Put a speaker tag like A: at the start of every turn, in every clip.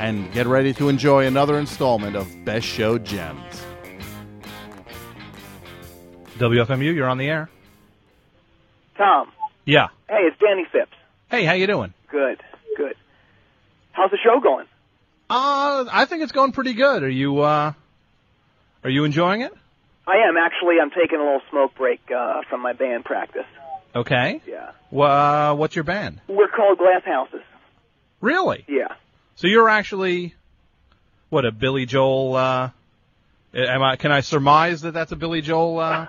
A: and get ready to enjoy another installment of Best Show Gems.
B: WFMU, you're on the air.
C: Tom,
B: Yeah.
C: hey, it's Danny Phipps.
B: Hey, how you doing?
C: Good, good. How's the show going?
B: Uh, I think it's going pretty good. Are you uh, are you enjoying it?
C: I am actually. I'm taking a little smoke break uh, from my band practice.
B: Okay.
C: Yeah,
B: Wha uh, what's your band?
C: we're called Glass Houses.
B: Really?
C: Yeah,
B: So you're actually what a Billy Joel? Uh, am I? Can I surmise that that's a Billy Joel? Uh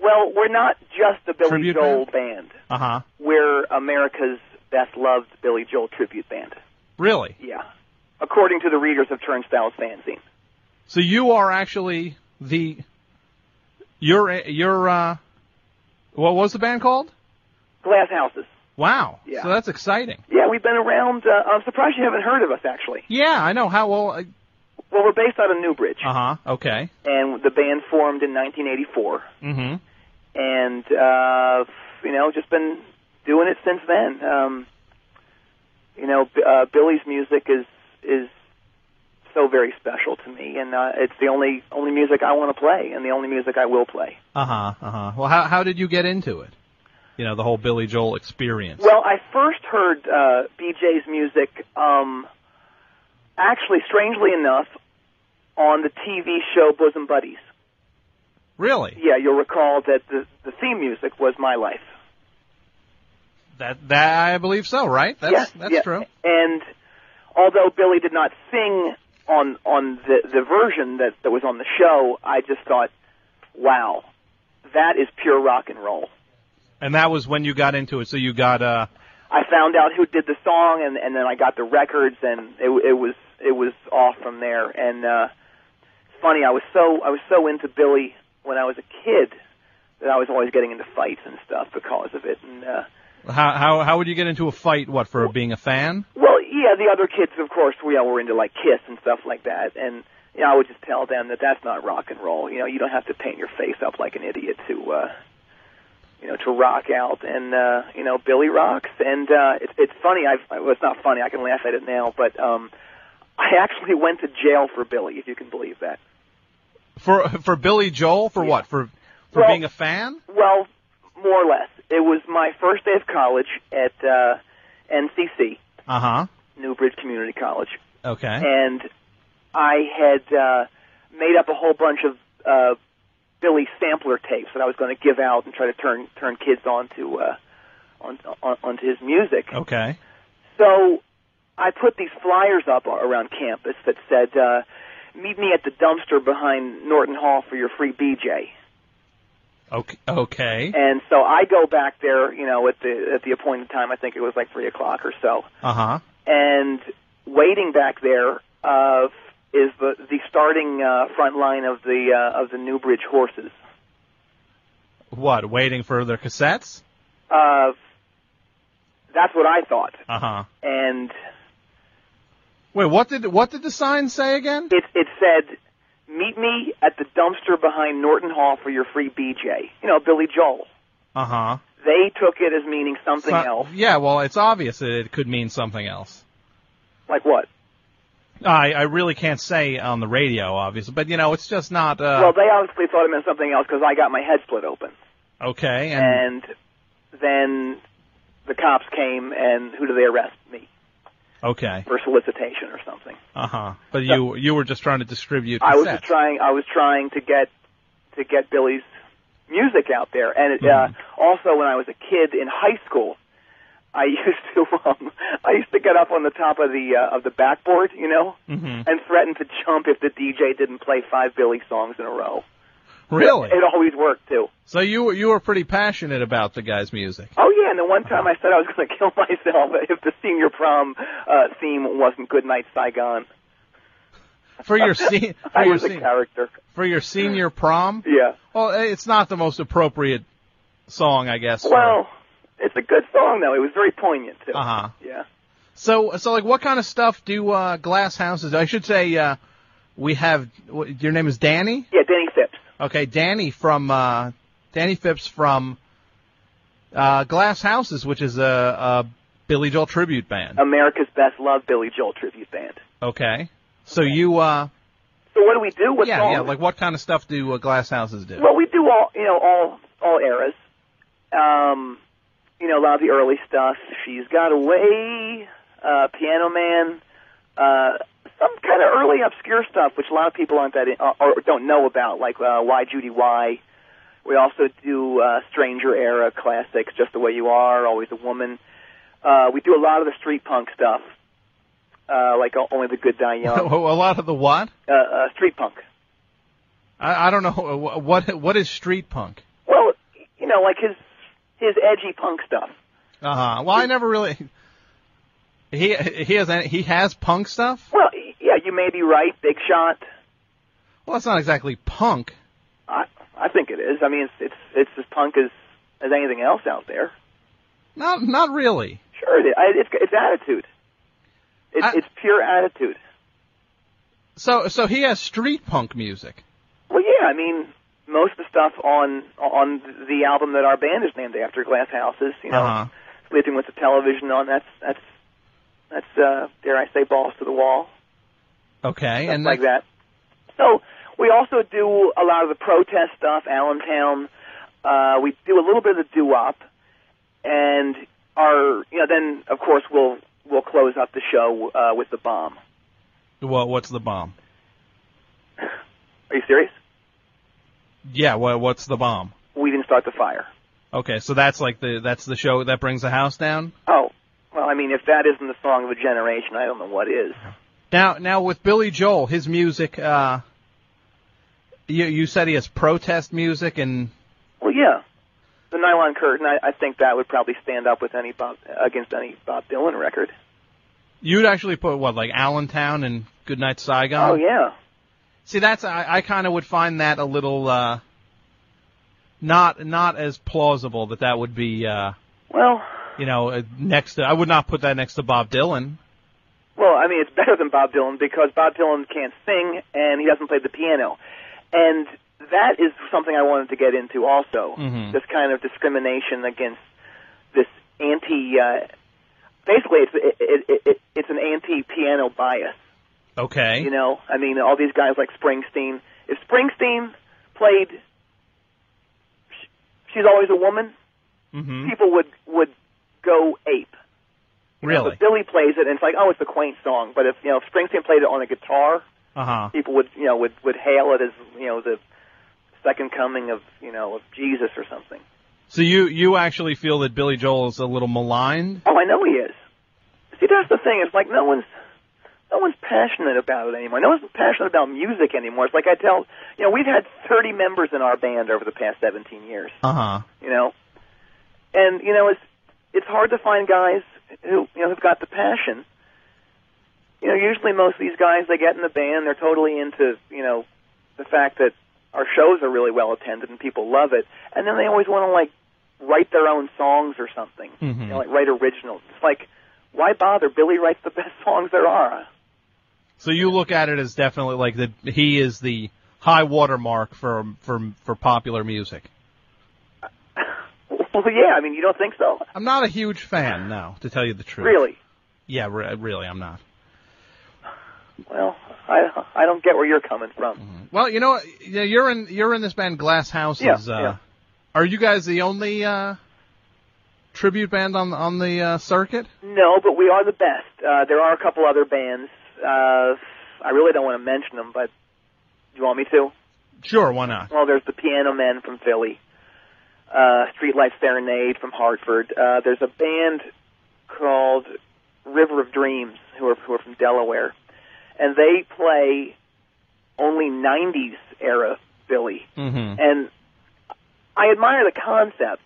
C: Well, we're not just a Billy
B: Tribute
C: Joel band.
B: huh.
C: We're America's best loved Billy Joel tribute band.
B: Really?
C: Yeah. According to the readers of Turnstiles fanzine.
B: So you are actually the you're you're uh, what was the band called?
C: Glass Houses.
B: Wow.
C: Yeah.
B: So that's exciting.
C: Yeah, we've been around. Uh, I'm surprised you haven't heard of us, actually.
B: Yeah, I know. How well? Uh
C: Well, we're based out of Newbridge,
B: huh. Okay.
C: and the band formed in 1984.
B: Mm-hmm.
C: and uh you know just been doing it since then um you know B- uh Billy's music is is so very special to me and uh, it's the only only music I want to play and the only music I will play
B: Uh huh. Uh huh. Well, how how did you get into it? You know, the whole Billy Joel experience.
C: well I first heard uh BJ's music um actually strangely enough on the TV show Bosom Buddies
B: really?
C: yeah you'll recall that the the theme music was My Life
B: That that I believe so, right? That's
C: yeah,
B: that's
C: yeah.
B: true.
C: And although Billy did not sing on on the the version that that was on the show, I just thought, wow, that is pure rock and roll.
B: And that was when you got into it. So you got uh
C: I found out who did the song, and and then I got the records, and it it was it was off from there. And uh, it's funny, I was so I was so into Billy when I was a kid that I was always getting into fights and stuff because of it. And uh,
B: how how how would you get into a fight? What for being a fan?
C: Well, yeah, the other kids, of course, we all were into like Kiss and stuff like that, and you know, I would just tell them that that's not rock and roll. You know, you don't have to paint your face up like an idiot to, uh, you know, to rock out. And uh, you know, Billy rocks, and uh, it, it's funny. I've well, it's not funny. I can laugh at it now, but um, I actually went to jail for Billy, if you can believe that.
B: For for Billy Joel? For what? For for
C: Well-
B: being a fan?
C: Well, more or less, it was my first day of college at uh, NCC,
B: Uh huh.
C: Newbridge Community College.
B: Okay.
C: and I had uh, made up a whole bunch of uh, Billy sampler tapes that I was going to give out and try to turn turn kids onto uh, on, on onto his music.
B: Okay.
C: So I put these flyers up a- around campus that said, uh, "Meet me at the dumpster behind Norton Hall for your free BJ."
B: Okay. Okay.
C: And so I go back there, you know, at the at the appointed time. I think it was like three o'clock or so.
B: Uh huh.
C: and waiting back there uh, is the the starting uh, front line of the uh, of the Newbridge horses.
B: What? Waiting for their cassettes?
C: Uh, that's what I thought,
B: Uh huh.
C: and
B: Wait, what did what did the sign say again?
C: it it said, "Meet me at the dumpster behind Norton Hall for your free BJ." You know, Billy Joel.
B: Uh huh.
C: They took it as meaning something else.
B: Yeah, well, it's obvious that it could mean something else.
C: Like what?
B: I I really can't say on the radio, obviously, but you know, it's just not uh
C: well, they obviously thought it meant something else because I got my head split open,
B: okay. And,
C: and then the cops came, and who do they arrest me
B: okay,
C: for solicitation or something?
B: uh huh. But you you were just trying to distribute.
C: I was
B: cassettes.
C: just trying. I was trying to get to get Billy's music out there, and it,
B: Mhm.
C: uh, also when I was a kid in high school, I used to um, I used to get up on the top of the uh, of the backboard, you know,
B: Mhm.
C: and threaten to jump if the DJ didn't play five Billy songs in a row.
B: Really?
C: It always worked too.
B: So you were you were pretty passionate about the guy's music.
C: Oh yeah, and the one time I said I was going to kill myself if the senior prom uh, theme wasn't "Good Night Saigon."
B: for your se- for
C: I
B: your
C: was a
B: se-
C: character.
B: for your senior prom.
C: Yeah.
B: Well, eh, it's not the most appropriate song, I guess.
C: Well, it's a good song though. It was very poignant too.
B: uh huh.
C: Yeah.
B: So, so like, what kind of stuff do uh, glass houses? I should say, uh, we have. What, your name is Danny.
C: Yeah, Danny Phipps.
B: Okay, Danny from uh, Danny Phipps from uh, Glass Houses, which is a, a Billy Joel tribute band.
C: America's Best Love Billy Joel tribute band.
B: Okay, so you, uh,
C: So what do we do? What's
B: yeah,
C: all
B: yeah, like what kind of stuff do uh, Glass Houses do?
C: Well, we do all you know all all eras. Um, you know a lot of the early stuff. She's got away, uh, Piano Man, uh, some kind of early obscure stuff which a lot of people aren't that in, uh, or, or don't know about, like uh, Why Judy Why. We also do uh, Stranger era classics, Just the Way You Are, Always a Woman. Uh, we do a lot of the street punk stuff, uh, like O- Only the Good Die
B: a
C: Young,
B: lot of the what?
C: uh, uh, street punk.
B: I, I don't know Uh, wh- what what is street punk.
C: Well, you know, like his his edgy punk stuff.
B: Uh huh. Well, I never really. He he has any- he has punk stuff.
C: Well, y- yeah, you may be right. Big Shot.
B: Well, that's not exactly punk.
C: I I think it is. I mean, it's it's it's as punk as as anything else out there.
B: Not not really.
C: Sure, it is. I, it's it's attitude. It's
B: I-
C: it's pure attitude.
B: So so he has street punk music.
C: Well, yeah, I mean, most of the stuff on on the album that our band is named after, Glass Houses, you know,
B: Uh-huh.
C: sleeping with the television on. That's that's that's uh, dare I say, balls to the wall.
B: Okay,
C: stuff
B: and
C: like
B: that-
C: that. So we also do a lot of the protest stuff, Allentown. Uh, we do a little bit of the doo-wop, and our you know then of course we'll we'll close up the show uh, with the bomb.
B: Well, what's the bomb?
C: Are you serious?
B: Yeah, well, what's the bomb?
C: We didn't start the fire.
B: Okay, so that's like the that's the show that brings the house down.
C: Oh, well, I mean, if that isn't the song of a generation, I don't know what is.
B: Now, now with Billy Joel, his music. uh You you said he has protest music, and
C: Well, yeah, the Nylon Curtain. I, I think that would probably stand up with any Bob against any Bob Dylan record.
B: you'd actually put what like Allentown and Goodnight Saigon.
C: Oh yeah.
B: See, that's I, I kind of would find that a little uh not not as plausible that that would be uh
C: Well,
B: you know uh, next to I would not put that next to Bob Dylan.
C: Well, I mean, it's better than Bob Dylan because Bob Dylan can't sing and he doesn't play the piano. And that is something I wanted to get into also.
B: Mhm.
C: This kind of discrimination against this anti uh basically it's it, it, it, it, it's an anti piano bias,
B: Okay.
C: you know? I mean, all these guys like Springsteen. If Springsteen played Sh- She's Always a Woman,
B: hmm
C: people would would go ape. You know,
B: Really?
C: But Billy plays it, and it's like, oh, it's a quaint song. But if you know, if Springsteen played it on a guitar,
B: Uh huh.
C: people would you know would would hail it as you know the second coming of you know of Jesus or something.
B: So you you actually feel that Billy Joel is a little maligned?
C: Oh, I know he is. See, that's the thing. It's like no one's no one's passionate about it anymore. No one's passionate about music anymore. It's like I tell you know we've had 30 members in our band over the past 17 years.
B: Uh huh.
C: you know. And you know, it's it's hard to find guys who you know have got the passion. You know, usually most of these guys they get in the band, they're totally into you know the fact that our shows are really well attended and people love it, and then they always want to like write their own songs or something,
B: Mhm.
C: you know, like write originals. It's like why bother? Billy writes the best songs there are.
B: So you look at it as definitely like that he is the high watermark for for for popular music.
C: Well, yeah, I mean, you don't think so?
B: I'm not a huge fan, no, to tell you the truth.
C: Really?
B: Yeah, re- really, I'm not.
C: Well, I I don't get where you're coming from.
B: Well, you know, what? Yeah, you're in you're in this band Glass Houses.
C: Yeah,
B: uh,
C: yeah.
B: Are you guys the only uh, tribute band on on the uh, circuit?
C: No, but we are the best. Uh, there are a couple other bands. Uh, I really don't want to mention them, but do you want me to?
B: Sure, why not?
C: Well, there's the Piano Men from Philly, uh, Streetlight Serenade from Hartford. Uh, there's a band called River of Dreams who are who are from Delaware, and they play only '90s era Billy
B: Mm-hmm.
C: and I admire the concept,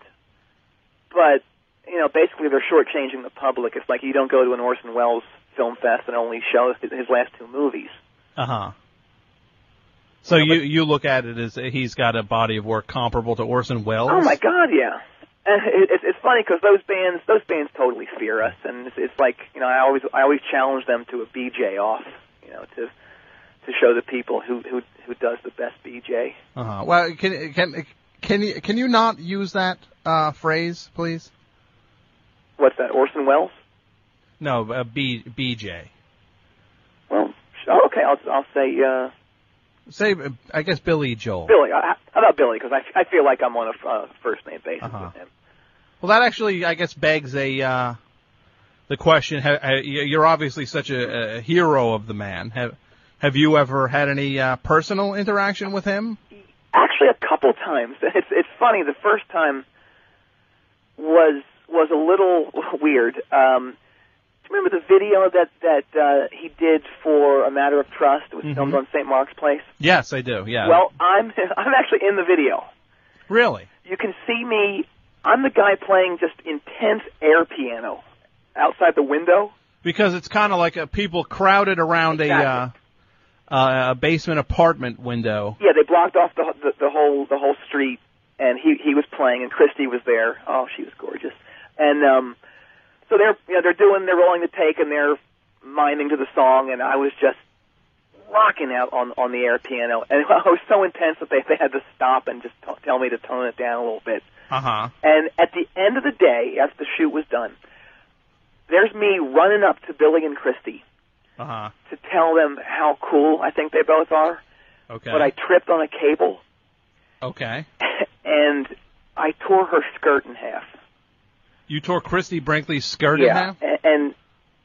C: but you know, basically they're shortchanging the public. It's like you don't go to an Orson Welles film fest and only show his his last two movies.
B: Uh huh. So you you look at it as he's got a body of work comparable to Orson Welles.
C: Oh my God, yeah. And it, it's, it's funny because those bands, those bands totally fear us, and it's, it's like you know, I always, I always challenge them to a BJ off, you know, to to show the people who who who does the best BJ.
B: Uh-huh. Well, can can can you can you not use that uh, phrase, please?
C: What's that, Orson Welles?
B: No, uh, B BJ.
C: Well, sh- oh, okay, I'll I'll say uh,
B: Say, uh, I guess Billy Joel.
C: Billy. Uh, How about Billy? Because I, I feel like I'm on a uh, first name basis
B: Uh-huh.
C: with him.
B: Well, that actually, I guess, begs a uh, the question. ha- ha- You're obviously such a, a hero of the man. Have have you ever had any uh, personal interaction with him?
C: Actually, a couple times. It's it's funny. The first time was was a little weird. Um, do you remember the video that that uh, he did for A Matter of Trust? It was filmed
B: Mhm.
C: on St. Mark's Place.
B: Yes, I do. Yeah.
C: Well, I'm I'm actually in the video.
B: really?
C: You can see me. I'm the guy playing just intense air piano outside the window.
B: Because it's kind of like a people crowded around
C: Exactly.
B: a uh, uh, a basement apartment window.
C: Yeah, they blocked off the the, the whole the whole street, and he he was playing, and Christy was there. Oh, she was gorgeous. And um, so they're you know they're doing they're rolling the take and they're miming to the song, and I was just rocking out on on the air piano, and I was so intense that they they had to stop and just t- tell me to tone it down a little bit.
B: Uh huh.
C: And at the end of the day, after the shoot was done, there's me running up to Billy and Christy
B: Uh huh.
C: to tell them how cool I think they both are,
B: Okay.
C: but I tripped on a cable.
B: okay.
C: and I tore her skirt in half.
B: You tore Christy Brinkley's skirt in
C: yeah,
B: half.
C: a- and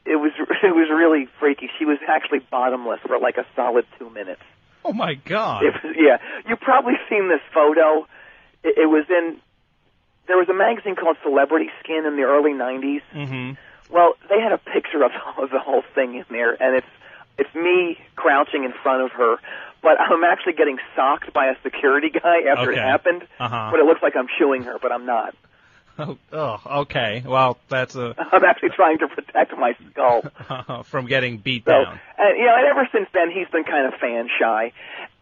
C: it was it was really freaky. She was actually bottomless for like a solid two minutes.
B: Oh my God.
C: It was, yeah, you probably seen this photo. It, it was in there was a magazine called Celebrity Skin in the early '90s.
B: Mm-hmm.
C: Well, they had a picture of, of the whole thing in there, and it's it's me crouching in front of her, but I'm actually getting socked by a security guy after it
B: Okay.
C: happened.
B: Uh-huh.
C: But it looks like I'm chewing her, but I'm not.
B: Oh, oh, okay. Well, that's a
C: I'm actually trying to protect my skull.
B: from getting beat
C: So,
B: down.
C: and you know, and ever since then, he's been kind of fan shy.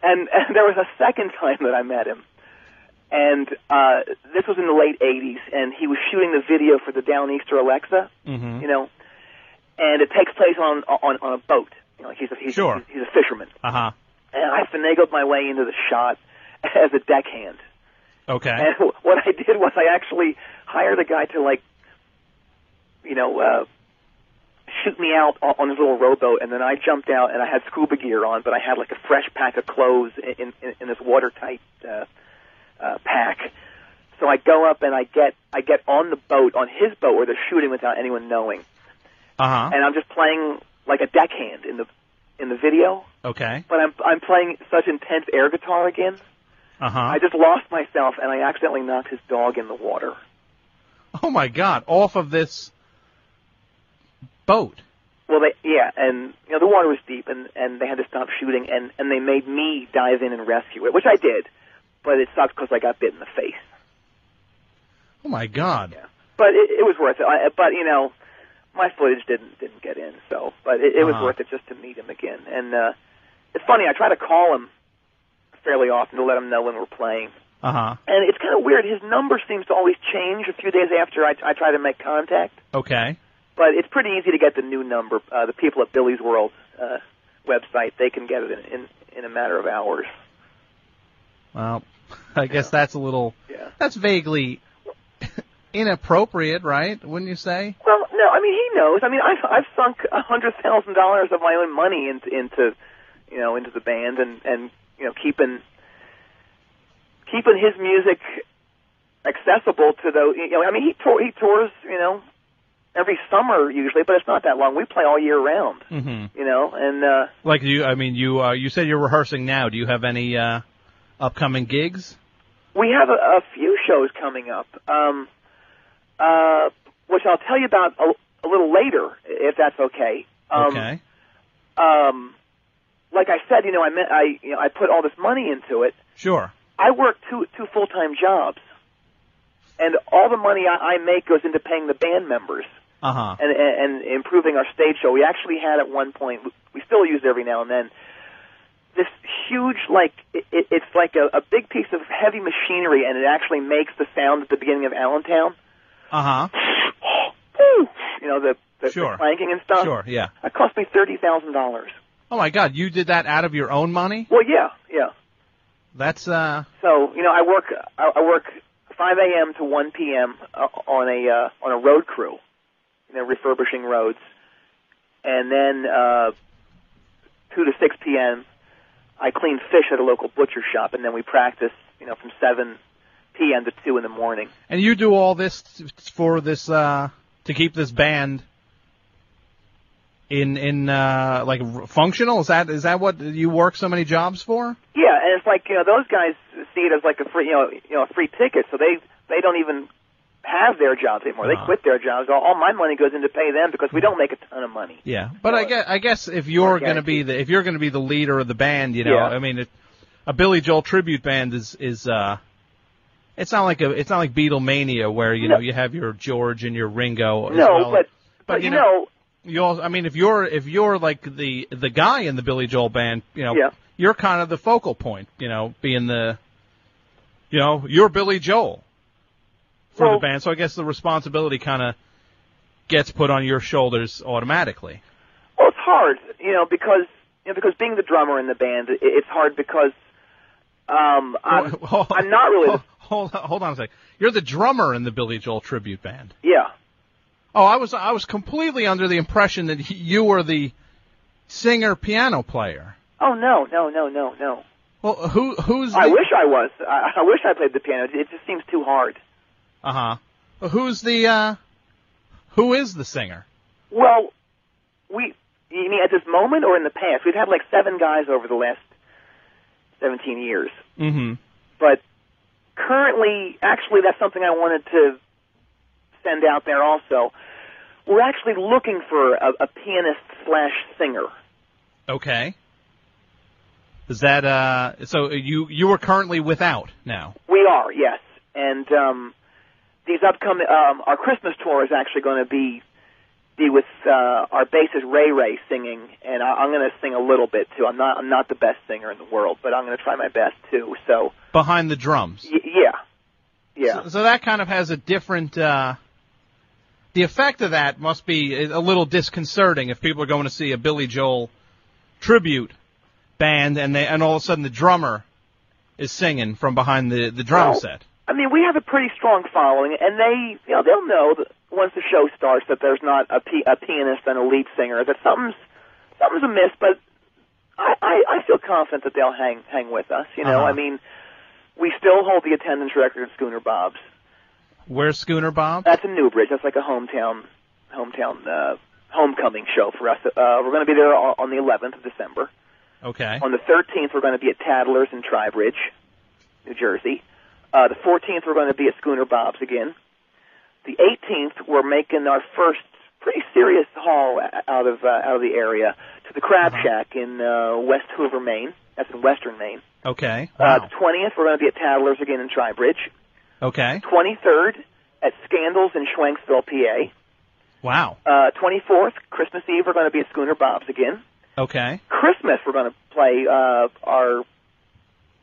C: And, and there was a second time that I met him, and uh, this was in the late '80s, and he was shooting the video for the Downeaster Alexa,
B: hmm
C: you know, and it takes place on on, on a boat. You know, he's a, he's,
B: Sure.
C: he's a fisherman,
B: Uh huh.
C: and I finagled my way into the shot as a deckhand.
B: Okay.
C: And what I did was I actually hired a guy to like, you know, uh, shoot me out on, on his little rowboat, and then I jumped out and I had scuba gear on, but I had like a fresh pack of clothes in in, in this watertight uh, uh, pack. So I go up and I get I get on the boat on his boat where they're shooting without anyone knowing,
B: Uh huh.
C: and I'm just playing like a deckhand in the in the video,
B: Okay.
C: but I'm I'm playing such intense air guitar again.
B: Uh
C: I
B: huh.
C: just lost myself and I accidentally knocked his dog in the water.
B: Oh my God! Off of this boat.
C: Well, they yeah, and you know the water was deep, and and they had to stop shooting, and and they made me dive in and rescue it, which I did, but it sucked because I got bit in the face.
B: Oh my God!
C: Yeah. But it, it was worth it. I, but you know, my footage didn't didn't get in, so but it, it was
B: Uh-huh.
C: worth it just to meet him again. And uh, it's funny, I try to call him fairly often to let him know when we're playing,
B: Uh huh.
C: and it's kind of weird. His number seems to always change a few days after I, I try to make contact.
B: Okay.
C: but it's pretty easy to get the new number. Uh, the people at Billy's World uh, website they can get it in, in in a matter of hours.
B: Well, I guess that's a little.
C: Yeah.
B: That's vaguely inappropriate, right? Wouldn't you say?
C: Well, no, I mean he knows. I mean I've I've sunk a hundred thousand dollars of my own money into into you know into the band and and you know keeping keeping his music accessible to those. You know, I mean he tour, he tours you know every summer usually, but it's not that long. We play all year round.
B: Mm-hmm.
C: You know, and uh,
B: Like you, I mean, you uh, you said you're rehearsing now. Do you have any uh, upcoming gigs?
C: We have a, a few shows coming up, um, uh, which I'll tell you about a, a little later, if that's okay. Um,
B: okay.
C: Um, like I said, you know, I meant I, you know, I put all this money into it.
B: Sure.
C: I work two two full time jobs, and all the money I, I make goes into paying the band members
B: Uh huh.
C: and, and and improving our stage show. We actually had at one point, we still use it every now and then. this huge like it, it, it's like a, a big piece of heavy machinery, and it actually makes the sound at the beginning of Allentown.
B: Uh huh.
C: you know the the,
B: Sure.
C: the clanking and stuff.
B: Sure. Yeah.
C: That cost me thirty thousand dollars.
B: Oh my God, you did that out of your own money?
C: Well, yeah, yeah.
B: That's uh.
C: So you know, I work I, I work 5 a.m. to 1 p.m. uh, on a uh, on a road crew, you know, refurbishing roads, and then uh, 2 to 6 p.m. I clean fish at a local butcher shop, and then we practice, you know, from 7 p.m. to 2 in the morning.
B: And you do all this t- for this uh to keep this band in in uh like r- functional? Is that is that what you work so many jobs for?
C: Yeah, and it's like you know those guys see it as like a free you know you know a free ticket, so they they don't even have their jobs anymore. They
B: Uh-huh.
C: quit their jobs. All, all my money goes in to pay them because we don't make a ton of money.
B: Yeah. But I guess I guess if you're
C: Okay.
B: going to be the if you're going to be the leader of the band, you know,
C: Yeah.
B: I mean, it, a Billy Joel tribute band is is uh it's not like a it's not like Beatlemania where you
C: No.
B: know you have your George and your Ringo. as
C: No,
B: well.
C: but
B: but,
C: you
B: you know, you also I mean if you're if you're like the the guy in the Billy Joel band, you know,
C: Yeah.
B: you're kind of the focal point, you know, being the you know, you're Billy Joel for
C: Well-
B: the band. So I guess the responsibility kind of gets put on your shoulders automatically.
C: Well, it's hard, you know, because you know, because being the drummer in the band, it, it's hard because um, I'm,
B: Hold-
C: I'm not really the-
B: Hold, hold on a second. You're the drummer in the Billy Joel tribute band.
C: yeah,
B: Oh, I was I was completely under the impression that you were the singer piano player.
C: oh no, no, no, no, no.
B: Well, who who's
C: I
B: the,
C: wish I was. I, I wish I played the piano. It just seems too hard.
B: Uh huh. Who's the uh who is the singer?
C: Well, we, you mean at this moment or in the past? We've had like seven guys over the last 17 years,
B: Mm-hmm.
C: but currently, actually, that's something I wanted to send out there. Also, we're actually looking for a, a pianist slash singer.
B: Okay. Is that uh so you you were currently without now.
C: We are, yes. And um, these upcoming um, our Christmas tour is actually going to be be with uh, our bassist Ray Ray singing, and I, I'm going to sing a little bit too. I'm not I'm not the best singer in the world, but I'm going to try my best too. So
B: Behind the drums.
C: y- yeah, yeah.
B: So, so that kind of has a different uh the effect of that must be a little disconcerting if people are going to see a Billy Joel tribute band and they and all of a sudden the drummer is singing from behind the the drum
C: Well,
B: set.
C: I mean, we have a pretty strong following, and they you know they'll know that once the show starts that there's not a, p- a pianist and a lead singer that something's something's amiss, but. I, I, I feel confident that they'll hang hang with us. You know,
B: Uh-huh.
C: I mean, we still hold the attendance record at Schooner Bob's.
B: Where's Schooner Bob?
C: That's in Newbridge. That's like a hometown hometown uh, homecoming show for us. Uh, we're going to be there on on the 11th of December.
B: Okay.
C: On the 13th, we're going to be at Tattlers in Tribridge, New Jersey. Uh, the 14th, we're going to be at Schooner Bob's again. The 18th, we're making our first pretty serious haul o- out of uh, out of the area to the Crab
B: Uh-huh.
C: Shack in uh, West Hoover, Maine. That's in Western Maine.
B: Okay.
C: Uh,
B: Wow.
C: the 20th, we're going to be at Tattlers again in Tribridge.
B: Okay.
C: 23rd, at Scandals in Schwanksville, PA.
B: Wow.
C: Uh, 24th, Christmas Eve, we're going to be at Schooner Bob's again.
B: Okay.
C: Christmas, we're going to play uh, our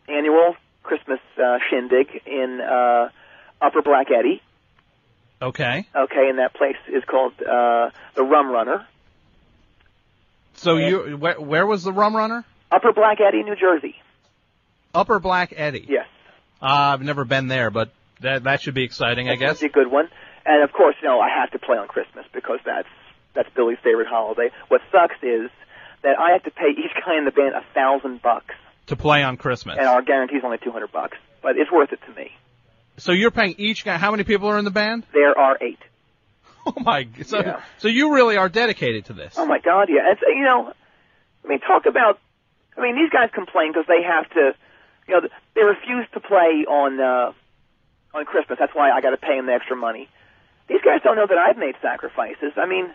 C: annual Christmas uh, shindig in uh, Upper Black Eddy.
B: Okay.
C: Okay, and that place is called uh, the Rum Runner,
B: So
C: Yeah.
B: you where, where was the Rum Runner?
C: Upper Black Eddy, New Jersey.
B: Upper Black Eddy.
C: Yes,
B: Uh, I've never been there, but that that should be exciting, I
C: That's
B: guess.
C: a good one. And of course, you know, I have to play on Christmas because that's that's Billy's favorite holiday. What sucks is that I have to pay each guy in the band a thousand bucks,
B: To play on Christmas.
C: and our guarantee's only two hundred bucks, but it's worth it to me.
B: So you're paying each guy. How many people are in the band?
C: There are eight.
B: Oh my. g- So
C: Yeah.
B: so you really are dedicated to this.
C: Oh my God, yeah. It's, you know, I mean, talk about. I mean, these guys complain because they have to, you know, they refuse to play on uh, on Christmas. That's why I got to pay them the extra money. These guys don't know that I've made sacrifices. I mean,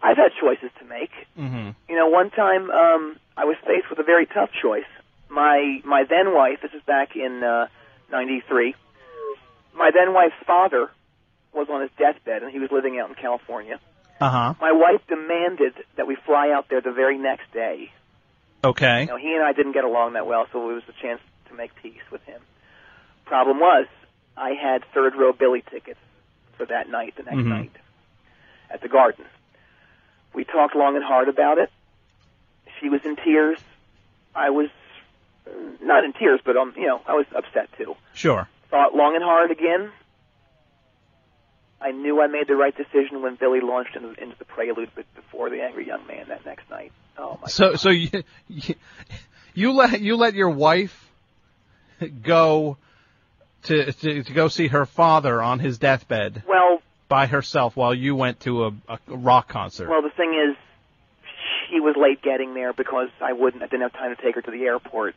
C: I've had choices to make.
B: Mm-hmm.
C: You know, one time um, I was faced with a very tough choice. My my then wife, this is back in uh, '93. My then wife's father was on his deathbed, and he was living out in California.
B: Uh huh.
C: My wife demanded that we fly out there the very next day.
B: Okay.
C: You know, he and I didn't get along that well, so it was a chance to make peace with him. Problem was, I had third row Billy tickets for that night, the next
B: Mhm.
C: night, at the Garden. We talked long and hard about it. She was in tears. I was uh, not in tears, but um, you know, I was upset too.
B: Sure.
C: Thought long and hard again. I knew I made the right decision when Billy launched into, into the prelude be- before the angry young man that next night. Oh my
B: So
C: God.
B: so you, you you let you let your wife go to, to to go see her father on his deathbed
C: well,
B: by herself while you went to a, a rock concert.
C: Well, the thing is, she was late getting there because I wouldn't. I didn't have time to take her to the airport,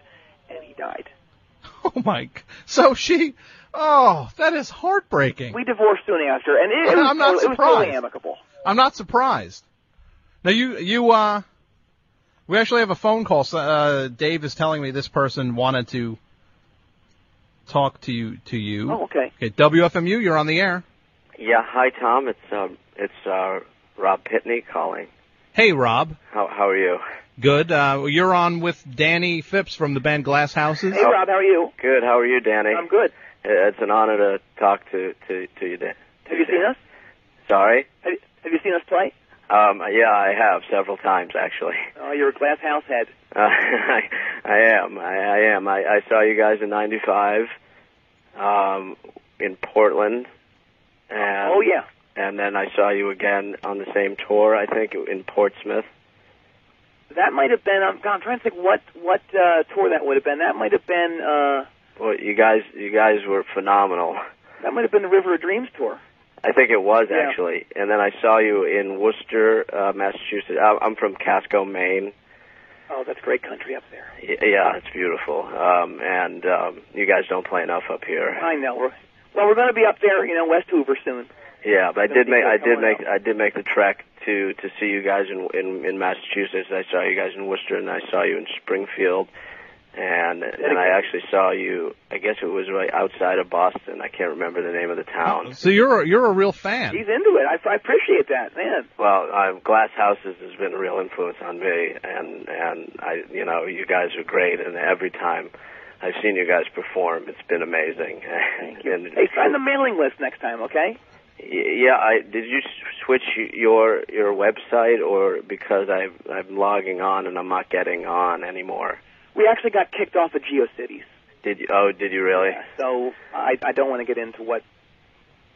C: and he died.
B: oh my! g- So she. Oh, that is heartbreaking.
C: We divorced soon after, and it, it was
B: I'm not
C: totally, it was totally
B: surprised.
C: amicable.
B: I'm not surprised. Now you you uh, we actually have a phone call. So, uh, Dave is telling me this person wanted to talk to you to you.
C: Oh, okay.
B: Okay, WFMU, you're on the air.
D: Yeah, hi Tom. It's um, it's uh, Rob Pitney calling.
B: Hey, Rob.
D: How how are you?
B: Good. Uh, you're on with Danny Phipps from the band Glass Houses.
C: Hey, Rob, how are you?
D: Good. How are you, Danny? Uh,
C: I'm good.
D: It's an honor to talk to to to you. Dan- To
C: Have you seen
D: Dan.
C: us?
D: Sorry.
C: Have you, have you seen us play?
D: Um, yeah, I have several times actually.
C: Oh, you're a glass house head.
D: Uh, I, I am. I, I am. I, I saw you guys in '95 um, in Portland. And,
C: oh yeah.
D: And then I saw you again on the same tour. I think in Portsmouth.
C: That might have been. I'm, God, I'm trying to think what what uh, tour that would have been. That might have been. Uh,
D: Well, you guys, you guys were phenomenal.
C: that might have been the River of Dreams tour.
D: I think it was
C: Yeah.
D: actually. And then I saw you in Worcester, uh, Massachusetts. I- I'm from Casco, Maine.
C: Oh, that's great country up there.
D: Y- Yeah, it's beautiful. Um, and um, you guys don't play enough up here.
C: I know. We're, well, we're going to be up there, you know, West Hoover soon.
D: Yeah, but I
C: Don't
D: did make
C: think
D: I
C: you're
D: did
C: coming
D: make I did make the trek to to see you guys in in, in Massachusetts. I saw you guys in Worcester, and I saw you in Springfield. And and I actually saw you. I guess it was right outside of Boston. I can't remember the name of the town.
B: So you're a, you're a real fan.
C: He's into it. I, I appreciate that, man.
D: Well, um, Glass Houses has been a real influence on me, and and I, you know, you guys are great, and every time I've seen you guys perform, it's been amazing.
C: Thank you.
D: And-
C: Hey, sign the mailing list next time, okay?
D: Y- yeah, I did you s- switch your your website, or because I've I'm logging on and I'm not getting on anymore?
C: We actually got kicked off of GeoCities,
D: Did you? Oh, did you really?
C: so I, I don't want to get into what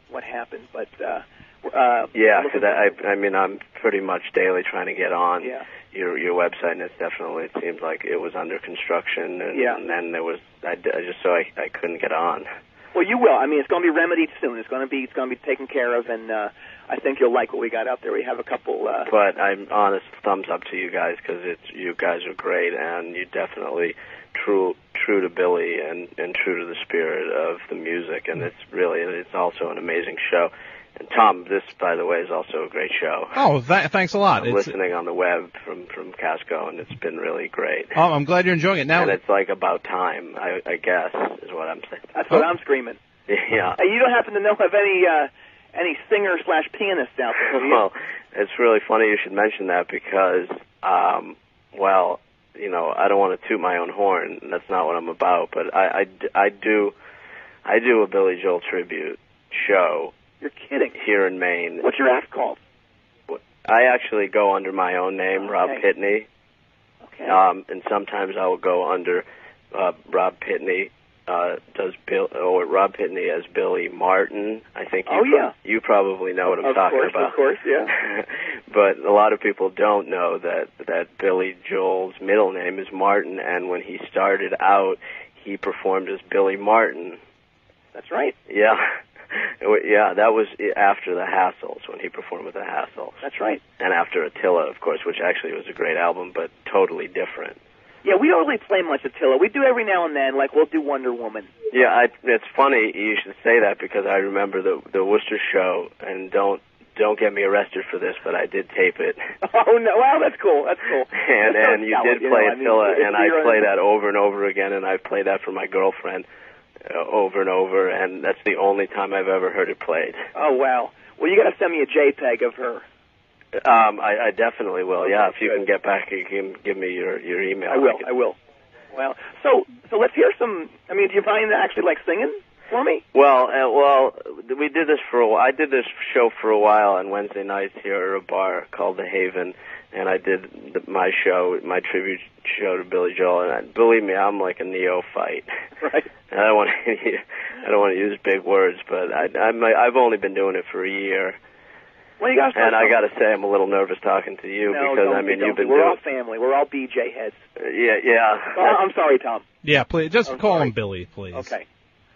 C: what happened, but uh, uh,
D: Yeah,
C: look
D: because
C: at-
D: I I mean I'm pretty much daily trying to get on.
C: yeah.
D: your your website, and it's definitely it seemed like it was under construction, and,
C: Yeah.
D: and then there was I, d- I just so I I couldn't get on.
C: Well, you will. I mean, it's going to be remedied soon. It's going to be it's going to be taken care of, and uh, I think you'll like what we got up there. We have a couple. Uh,
D: But I'm honest, thumbs up to you guys because it's you guys are great, and you definitely true true to Billy and and true to the spirit of the music, and it's really it's also an amazing show. And Tom, this by the way is also a great show.
B: Oh, tha- thanks a lot.
D: I'm
B: It's,
D: listening on the web from from Casco, and it's been really great.
B: oh, I'm glad you're enjoying it. Now,
D: and it's like about time, I, I guess, is what I'm saying.
C: that's what
B: Oh.
C: I'm screaming.
D: Yeah.
C: Hey, you don't happen to know of any uh, any singer slash pianists out there? Do you?
D: well, it's really funny you should mention that because, um, well, you know, I don't want to toot my own horn. and That's not what I'm about. But I, I d- I do, I do a Billy Joel tribute show
C: You're kidding.
D: here in Maine.
C: What's your act called?
D: I actually go under my own name, Rob
C: Okay.
D: Pitney,
C: Okay.
D: um, and sometimes I will go under uh, Rob Pitney. Uh, does Bill or Rob Pitney as Billy Martin? I think you
C: Oh, yeah.
D: you probably know what I'm
C: of
D: talking
C: course,
D: about.
C: of course, yeah.
D: but a lot of people don't know that that Billy Joel's middle name is Martin, and when he started out, he performed as Billy Martin.
C: That's right.
D: Yeah, yeah, that was after the Hassles when he performed with the Hassles,
C: That's right.
D: and after Attila, of course, which actually was a great album, but totally different.
C: Yeah, we don't really play much Attila. We do every now and then, like we'll do Wonder Woman.
D: Yeah, I, it's funny you should say that because I remember the the Worcester show, and don't don't get me arrested for this, but I did tape it.
C: Oh no! Well, that's cool. That's cool.
D: and
C: That's
D: and
C: so
D: you
C: valid,
D: did
C: you know,
D: play
C: I mean,
D: Attila,
C: it's
D: and I
C: your own-
D: play that over and over again, and I play that for my girlfriend uh, over and over, and that's the only time I've ever heard it played.
C: Oh wow! Well, you got to send me a JPEG of her.
D: Um, I, I definitely will. Yeah, if you can get back, you can give me your your email.
C: I will.
D: can-
C: I will. Wow. So so let's hear some. I mean, do you find that actually like singing for me?
D: Well, uh, well, we did this for a while. I did this show for a while on Wednesday nights here at a bar called The Haven, and I did the, my show, my tribute show to Billy Joel. And I, believe me, I'm like a neophyte.
C: Right.
D: And I don't want to, I don't want to use big words, but I, I'm, I've only been doing it for a year,
C: Well, you guys.
D: and I got to say, I'm a little nervous talking to you
C: No,
D: because
C: don't
D: I
C: be,
D: mean,
C: don't
D: you've
C: be.
D: been
C: We're all
D: doing,
C: family. We're all BJ heads.
D: yeah, yeah.
C: Oh, I'm sorry, Tom.
B: Yeah, please just
C: I'm
B: call
C: sorry.
B: him Billy, please.
C: Okay.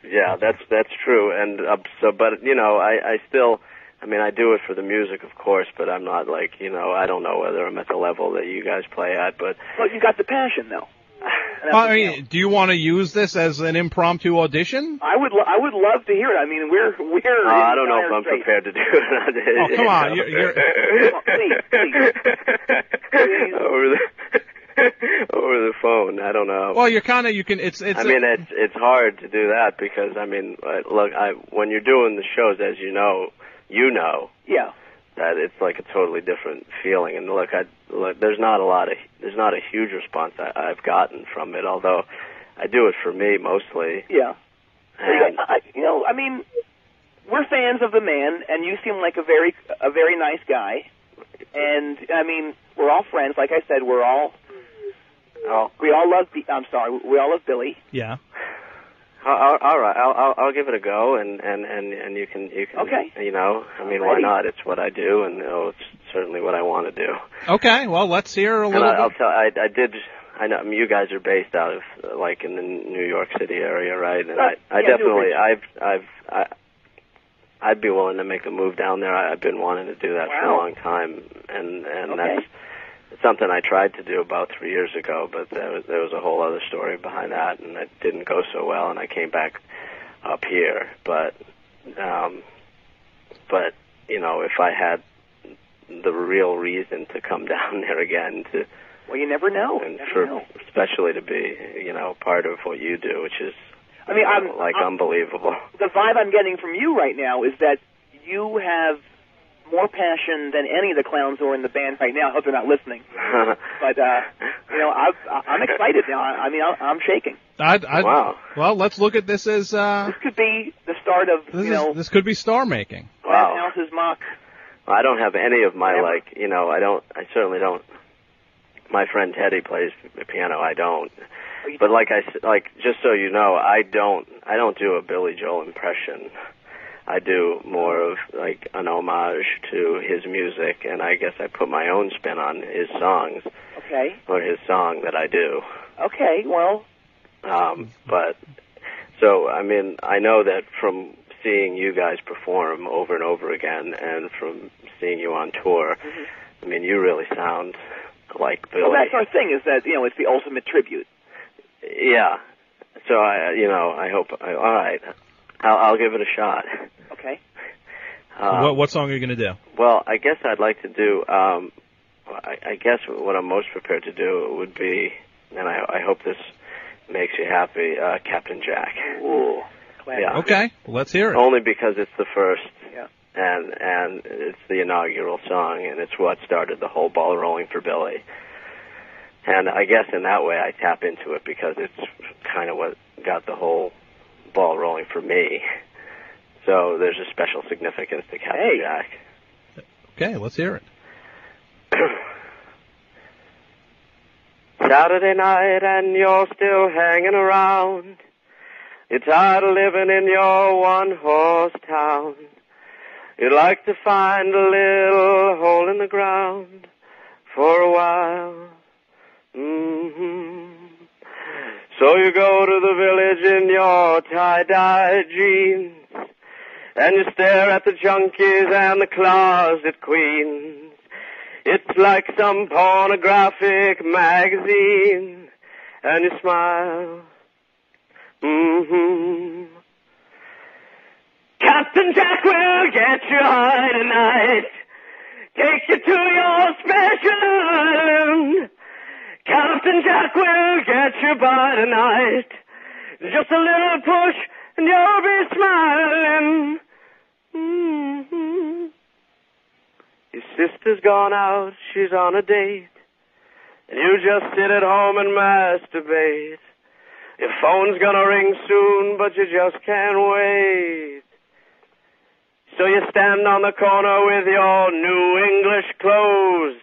D: Yeah, that's that's true, and uh, so but you know, I I still, I mean, I do it for the music, of course, but I'm not like you know, I don't know whether I'm at the level that you guys play at, but
C: Well, you got the passion though. And that's
B: Well, I
C: what
B: mean, do you want to use this as an impromptu audition?
C: I would lo- I would love to hear it. I mean, we're we're.
D: uh, I don't know if
C: in
D: I'm
C: dire straits.
D: prepared to do it. or not.
B: Oh, come on, you're- you're-
C: Come on, please, please. Please.
D: over the over the phone. I don't know.
B: Well, you're kind of you can. It's it's.
D: I
B: a-
D: mean, it's it's hard to do that because I mean, uh, look, I when you're doing the shows, as you know, you know,
C: Yeah.
D: that it's like a totally different feeling. And look, I look, there's not a lot of there's not a huge response I, I've gotten from it, although I do it for me mostly.
C: Yeah.
D: And
C: I, you know, I mean, we're fans of the man, and you seem like a very a very nice guy. And I mean, we're all friends. Like I said, we're all
D: I'll,
C: we all love. B- I'm sorry, we all love Billy.
B: yeah.
D: I'll, all right, I'll, I'll I'll give it a go, and and and and you can you can
C: Okay.
D: you know, I mean, why
C: Alrighty.
D: not? It's what I do, and oh, it's certainly what I want to do.
B: Okay. Well, let's hear a
D: And
B: little.
D: I, I'll
B: bit.
D: tell I I did. I know I mean, you guys are based out of uh, like in the New York City area, right? And I,
C: Right.
D: I
C: Yeah,
D: definitely,
C: Newbridge.
D: I've, I've, I, I'd be willing to make a move down there. I, I've been wanting to do that for a
C: Wow.
D: long time, and and
C: Okay.
D: that's it's something I tried to do about three years ago, but there was there was a whole other story behind that, and it didn't go so well, and I came back up here, but, um, but you know, if I had the real reason to come down there again to
C: Well, you never know. You
D: and
C: never
D: for
C: know.
D: especially to be you know part of what you do which is
C: I mean, I'm-
D: like
C: I'm-
D: unbelievable
C: The vibe I'm getting from you right now is that you have more passion than any of the clowns who are in the band right now. I hope they're not listening. But uh, you know, I've, I- I'm excited now. I I mean, I'm I'm shaking.
B: I'd, I'd,
D: wow
B: Well, let's look at this as uh,
C: This could be the start of
B: this
C: you know
B: is this could be star making.
D: Wow.
C: Glass House's mock.
D: i don't have any of my
C: Never.
D: like you know i don't i certainly don't my friend teddy plays the piano i don't
C: Oh, you
D: but like i s- like just so you know i don't i don't do a billy joel impression i do more of like an homage to his music and i guess i put my own spin on his songs
C: Okay.
D: or his song that i do
C: Okay. Well,
D: Um, but so I mean, I know that from seeing you guys perform over and over again, and from seeing you on tour, I mean, you really sound like Billy.
C: well, that's our thing is that you know it's the ultimate tribute.
D: yeah. So I, you know, I hope. I, all right, I'll, I'll give it a shot.
C: Okay.
D: Um,
B: what what song are you gonna do?
D: Well, I guess I'd like to do. Um, I, I guess what I'm most prepared to do would be, and I, I hope this makes you happy, uh, Captain Jack.
C: Ooh. Glad-
D: Yeah.
B: Okay. Let's hear it.
D: Only because it's the first,
C: Yeah.
D: and and it's the inaugural song, and it's what started the whole ball rolling for Billy. And I guess in that way, I tap into it because it's kind of what got the whole ball rolling for me. So there's a special significance to Captain
C: Hey.
D: Jack.
B: Okay. Let's hear it.
D: Saturday night and you're still hanging around. You're tired of living in your one horse town. You'd like to find a little hole in the ground for a while. hmm So you go to the village in your tie-dye jeans. And you stare at the junkies and the closet queens. It's like some pornographic magazine. And you smile. hmm Captain Jack will get you high tonight. Take you to your special end. Captain Jack will get you by tonight. Just a little push and you'll be smiling. Mhm. Mm-hmm. Your sister's gone out, she's on a date. And you just sit at home and masturbate. Your phone's gonna ring soon, but you just can't wait. So you stand on the corner with your new English clothes.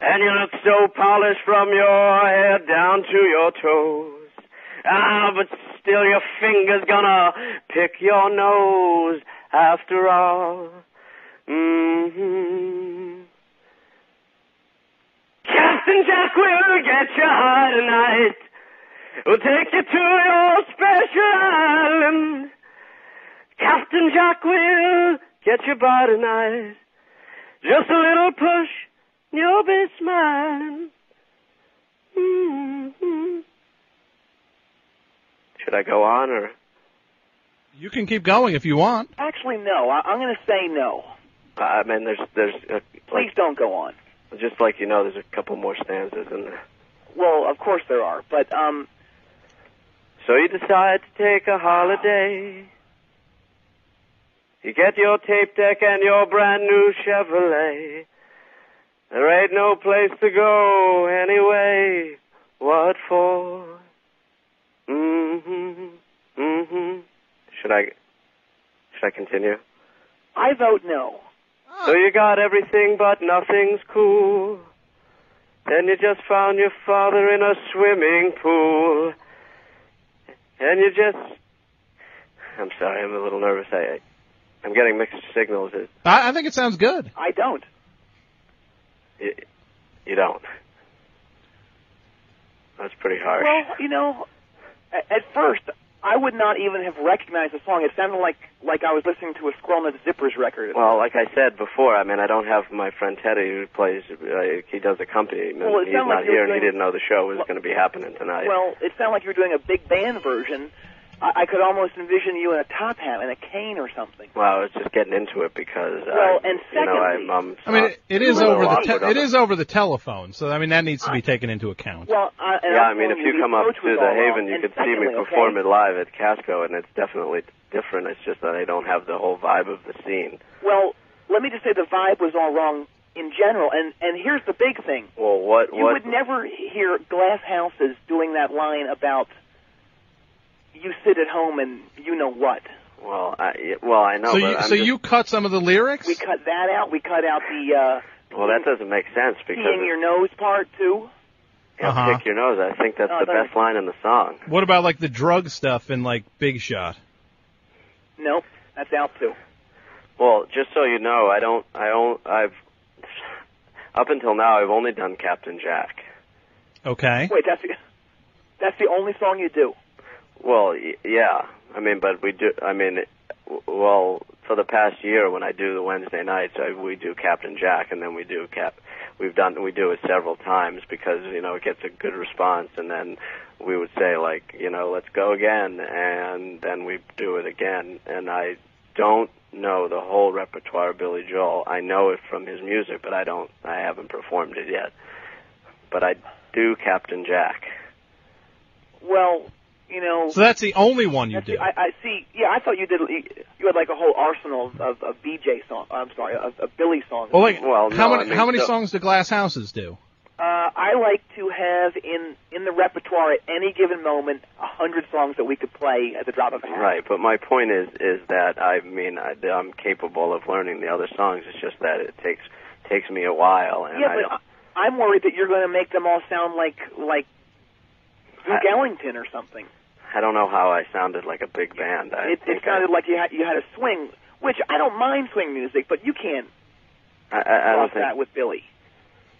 D: And you look so polished from your head down to your toes. Ah, but still your finger's gonna pick your nose after all. hmm Captain Jack will get you high tonight. We'll take you to your special island. Captain Jack will get you by tonight. Just a little push, and you'll be smiling. hmm Should I go on or?
B: You can keep going if you want.
C: Actually, no. I, I'm going to say no.
D: I mean, there's there's uh,
C: Please don't go on.
D: like, just like you know, there's a couple more stanzas in there.
C: Well, of course there are, but um,
D: So you decide to take a holiday. You get your tape deck and your brand new Chevrolet. There ain't no place to go anyway. What for? Mhm. Mhm. Should I should I continue?
C: I vote no.
D: So you got everything but nothing's cool. Then you just found your father in a swimming pool. And you just. I'm sorry, I'm a little nervous. I, I, am getting mixed signals. It,
B: I, I think it sounds good.
C: I don't.
D: it, you don't. That's pretty harsh.
C: Well, you know, at, at first I would not even have recognized the song. It sounded like like I was listening to a Squirrel Nut Zippers record.
D: Well, like I said before, I mean, I don't have my friend Teddy who plays, uh, he does accompaniment.
C: Well, it
D: He's
C: sounds
D: not
C: like you
D: here,
C: were
D: and he
C: doing-
D: didn't know the show was
C: Well-
D: going to be happening tonight.
C: Well, it sounded like you were doing a big band version. I, I could almost envision you in a top hat and a cane or something.
D: Well, I was just getting into it because
C: Well,
D: I,
C: and
D: you know,
C: secondly-
D: I'm, I'm
B: I mean, it, it is
D: I'm a
B: over
D: little
B: the
D: awkward
B: te-
D: on
B: it is over the telephone, so I mean that needs to be taken into account.
C: Well, I, and
D: yeah,
C: I'm
D: I mean, if
C: telling
D: you
C: the
D: come up
C: approach
D: to
C: was
D: the
C: all
D: Haven,
C: wrong.
D: you
C: And
D: could see me
C: secondly, okay,
D: perform it live at Casco, and it's definitely different. It's just that I don't have the whole vibe of the scene.
C: Well, let me just say the vibe was all wrong in general. And and here's the big thing:
D: Well, what
C: you
D: what
C: would never hear glass houses doing that line about you sit at home and you know what.
D: Well, I yeah, well, I know,
B: so
D: but
B: you,
D: I'm
B: so
D: just-
B: you cut some of the lyrics.
C: We cut that out. We cut out the uh,
D: well, that doesn't make sense because
C: peeing your nose part too.
D: you know,
B: Uh-huh.
D: pick your nose. I think that's
C: No, it
D: the best line in the song.
B: what about like the drug stuff in like Big Shot?
C: Nope, that's out too.
D: Well, just so you know, I don't, I don't, I've up until now, I've only done Captain Jack.
B: Okay.
C: Wait, that's the, that's the only song you do.
D: Well, y- yeah. I mean, but we do. I mean, w- well, for the past year, when I do the Wednesday nights, I, we do Captain Jack, and then we do Cap. We've done. We do it several times because you know it gets a good response, and then we would say like, you know, let's go again, and then we do it again. And I don't know the whole repertoire of Billy Joel. I know it from his music, but I don't. I haven't performed it yet. But I do Captain Jack.
C: Well, you know.
B: So that's the only one you
C: that's
B: did.
C: the- I, I see. Yeah, I thought you did. You had like a whole arsenal of, of, of BJ song. I'm sorry, of, of Billy songs.
B: Well, like
D: Well,
B: how
D: no,
B: many
D: I mean,
B: how many
D: so-
B: songs do Glass Houses do?
C: Uh, I like to have in in the repertoire at any given moment a hundred songs that we could play at the drop of a hat.
D: Right, but my point is is that I mean I, that I'm capable of learning the other songs. It's just that it takes takes me a while, and
C: Yeah,
D: I
C: but
D: don't.
C: I- I'm worried that you're going to make them all sound like like Duke
D: I-
C: Ellington or something.
D: I don't know how I sounded like a big band. I
C: It, it
D: think
C: sounded like you had you had a swing, which I don't mind swing music, but you can't
D: I, I, I
C: cross
D: don't think.
C: that with Billy.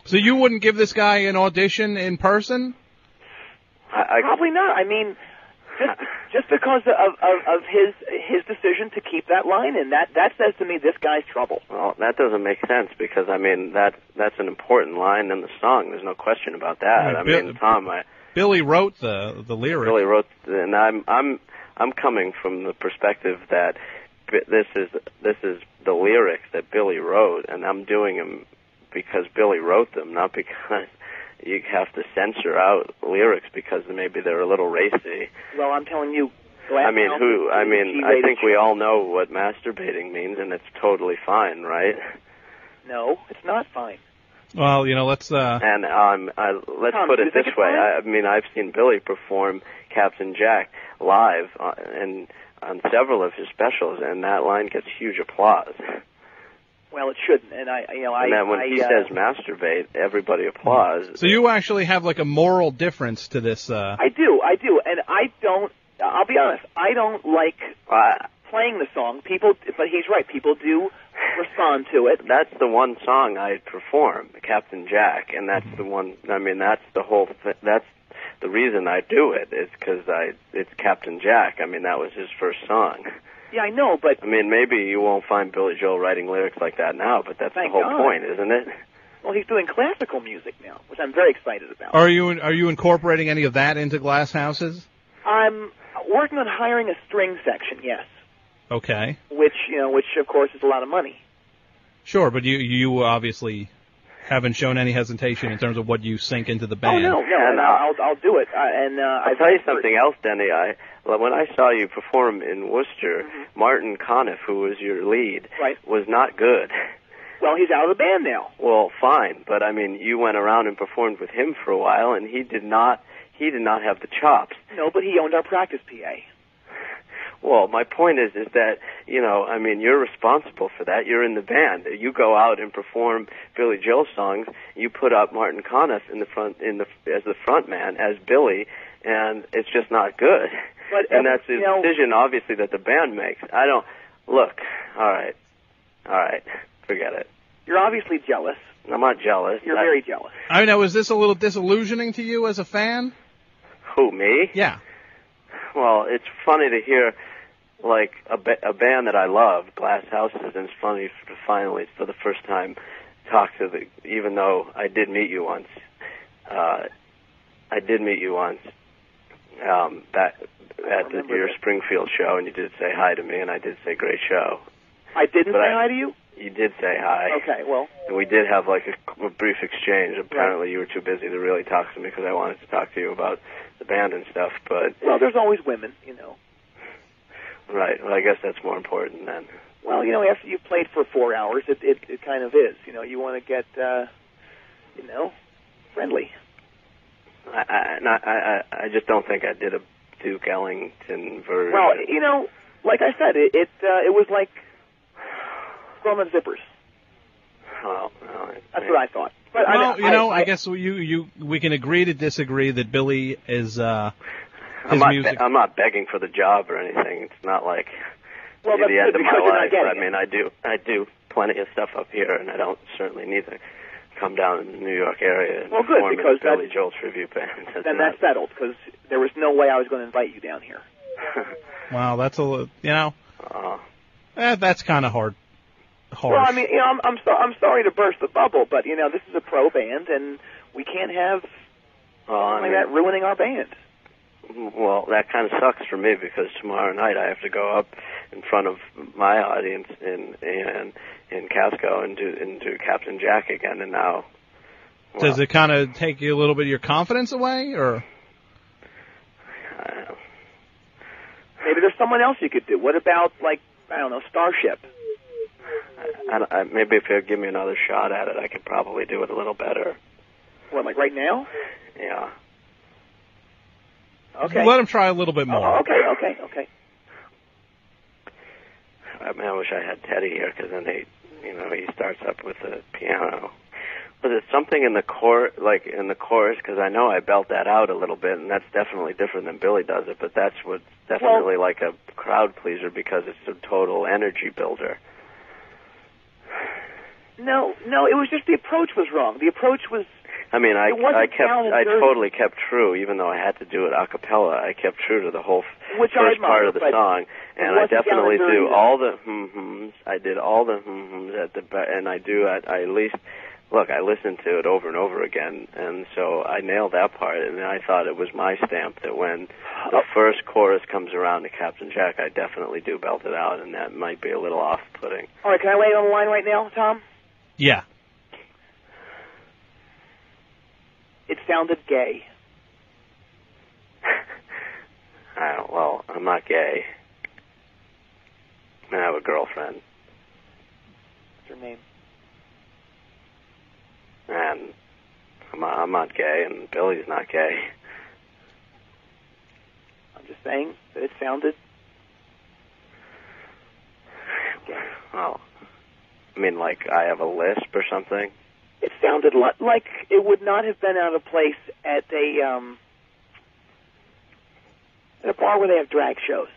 B: So you wouldn't give this guy an audition in person?
D: I, I,
C: Probably not. I mean, just just because of, of of his his decision to keep that line in that that says to me this guy's trouble.
D: well, that doesn't make sense because I mean that that's an important line in the song. There's no question about that.
B: Yeah,
D: I
B: Bill-
D: mean, Tom, I
B: Billy wrote the the lyric.
D: really wrote, and I'm I'm I'm coming from the perspective that bi- this is this is the lyrics that Billy wrote, and I'm doing them because Billy wrote them, not because you have to censor out lyrics because maybe they're a little racy.
C: Well, I'm telling you.
D: I mean, who? I mean, I think we all know what masturbating means, and it's totally fine, right?
C: No, it's not fine.
B: Well, you know, let's. uh
D: And um, I, let's
C: Tom,
D: put
C: do
D: it
C: you think
D: this
C: it's
D: way:
C: fine?
D: I, I mean, I've seen Billy perform Captain Jack live on, and on several of his specials, and that line gets huge applause.
C: Well, it shouldn't. And I, you know, I.
D: and then when
C: I,
D: he
C: uh,
D: says masturbate, everybody applauds.
B: So you actually have like a moral difference to this. uh
C: I do, I do, and I don't. I'll be honest. I don't like
D: I-
C: playing the song. People, but he's right. People do respond to it.
D: that's the one song I perform, Captain Jack, and that's the one. I mean, that's the whole. Th- that's the reason I do it is because I. It's Captain Jack. I mean, that was his first song.
C: Yeah, I know, but
D: I mean, maybe you won't find Billy Joel writing lyrics like that now, but that's
C: Thank
D: the whole
C: God.
D: point, isn't it?
C: well, he's doing classical music now, which I'm very excited about.
B: Are you are you incorporating any of that into Glass Houses?
C: I'm working on hiring a string section. Yes,
B: Okay,
C: which you know, which of course is a lot of money.
B: sure, but you you obviously haven't shown any hesitation in terms of what you sink into the band.
C: Oh no, no,
D: And,
C: and
D: uh,
C: I'll I'll do it. Uh, and uh,
D: I'll tell you something else, Denny. I well, when I saw you perform in Worcester, Martin Conniff, who was your lead,
C: Mm-hmm. Right.
D: was not good.
C: Well, he's out of the band now.
D: Well, fine, but I mean, you went around and performed with him for a while, and he did not. He did not have the chops.
C: No, but he owned our practice PA.
D: Well, my point is, is that you know, I mean, you're responsible for that. You're in the band. You go out and perform Billy Joel songs. You put up Martin Conniff in the front, in the as the front man as Billy, and it's just not good.
C: But,
D: and
C: uh,
D: that's a
C: you know-
D: decision, obviously, that the band makes. I don't look. All right, all right, forget it.
C: You're obviously jealous.
D: I'm not jealous.
C: You're
D: That-
C: very jealous.
B: I mean, now is this a little disillusioning to you as a fan?
D: who me?
B: Yeah.
D: Well, it's funny to hear like a, ba- a band that I love, Glass Houses, and it's funny f- to finally, for the first time, talk to the. Even though I did meet you once, uh, I did meet you once um, back at the,
C: remember
D: your
C: that.
D: Springfield show, and you did say hi to me, and I did say great show.
C: I didn't
D: But
C: say
D: I-
C: hi to you.
D: You did say hi,
C: Okay, well,
D: and we did have like a, a brief exchange. Apparently, you were too busy to really talk to me because I wanted to talk to you about the band and stuff. But
C: well, there's always women, you know.
D: Right. Well, I guess that's more important then.
C: Well, you know, after you've played for four hours, it it, it kind of is. You know, you want to get, uh, you know, friendly.
D: I, I, and I, I, I just don't think I did a Duke Ellington version.
C: Well, you know, like I said, it it, uh, it was like grown up zippers.
D: Well, no, it-
C: That's what I thought. But I
B: Well,
C: mean,
B: you know, I, guess you you we can agree to disagree that Billy is uh
D: I'm
B: his
D: not,
B: music.
D: be- I'm not begging for the job or anything. It's not like
C: Well,
D: the
C: that's
D: end
C: good
D: of my
C: because you're not
D: life.
C: getting
D: I mean, I do, I do plenty of stuff up here, and I don't certainly need to come down in the New York area and
C: Well, good,
D: perform in
C: because
D: a Billy Joel tribute band.
C: then that's settled because there was no way I was going to invite you down here.
B: wow, that's a li- you know
D: oh,
B: eh, that's kind of hard. Harsh.
C: Well, I mean, you know, I'm I'm, so, I'm sorry to burst the bubble, but you know, this is a pro band, and we can't have
D: well, I
C: something
D: mean,
C: like that ruining our band.
D: Well, that kind of sucks for me because tomorrow night I have to go up in front of my audience in in in Casco and do and do Captain Jack again. And now, well,
B: Does it kind of take you a little bit of your confidence away, or
D: I-
C: Maybe there's someone else you could do. What about like I don't know, Starship?
D: I, I, maybe if you give me another shot at it, I could probably do it a little better.
C: What like right now?
D: Yeah.
C: Okay.
B: let him try a little bit more?
C: Oh, okay, okay, okay.
D: I mean, I wish I had Teddy here because then they, you know, he starts up with the piano. Was it something in the cor like in the chorus? Because I know I belt that out a little bit, and that's definitely different than Billy does it. But that's what's definitely like a crowd pleaser because it's a total energy builder.
C: No, no, it was just the approach was wrong. The approach was
D: I mean, I
C: It wasn't
D: I kept
C: down and
D: I
C: dirty.
D: totally kept true, even though I had to do it a cappella. I kept true to the whole f-
C: Which I
D: first part
C: admire,
D: of the
C: but
D: song, and I
C: wasn't down
D: definitely
C: and dirty
D: do
C: then.
D: all the hum hums. I did all the hum hums at the ba- and I do at I at least look. I listened to it over and over again, and so I nailed that part. And then I thought it was my stamp that when
C: Oh,
D: the first chorus comes around to Captain Jack, I definitely do belt it out, and that might be a little off-putting.
C: all right. Can I lay it on the line right now, Tom?
B: Yeah.
C: It sounded gay.
D: I don't, well, I'm not gay. And I have a girlfriend.
C: What's her name?
D: and I'm not, I'm not gay, and Billy's not gay.
C: I'm just saying that it sounded.
D: Well, I mean, like I have a lisp or something.
C: It sounded li- like it would not have been out of place at a um, at a bar where they have drag shows.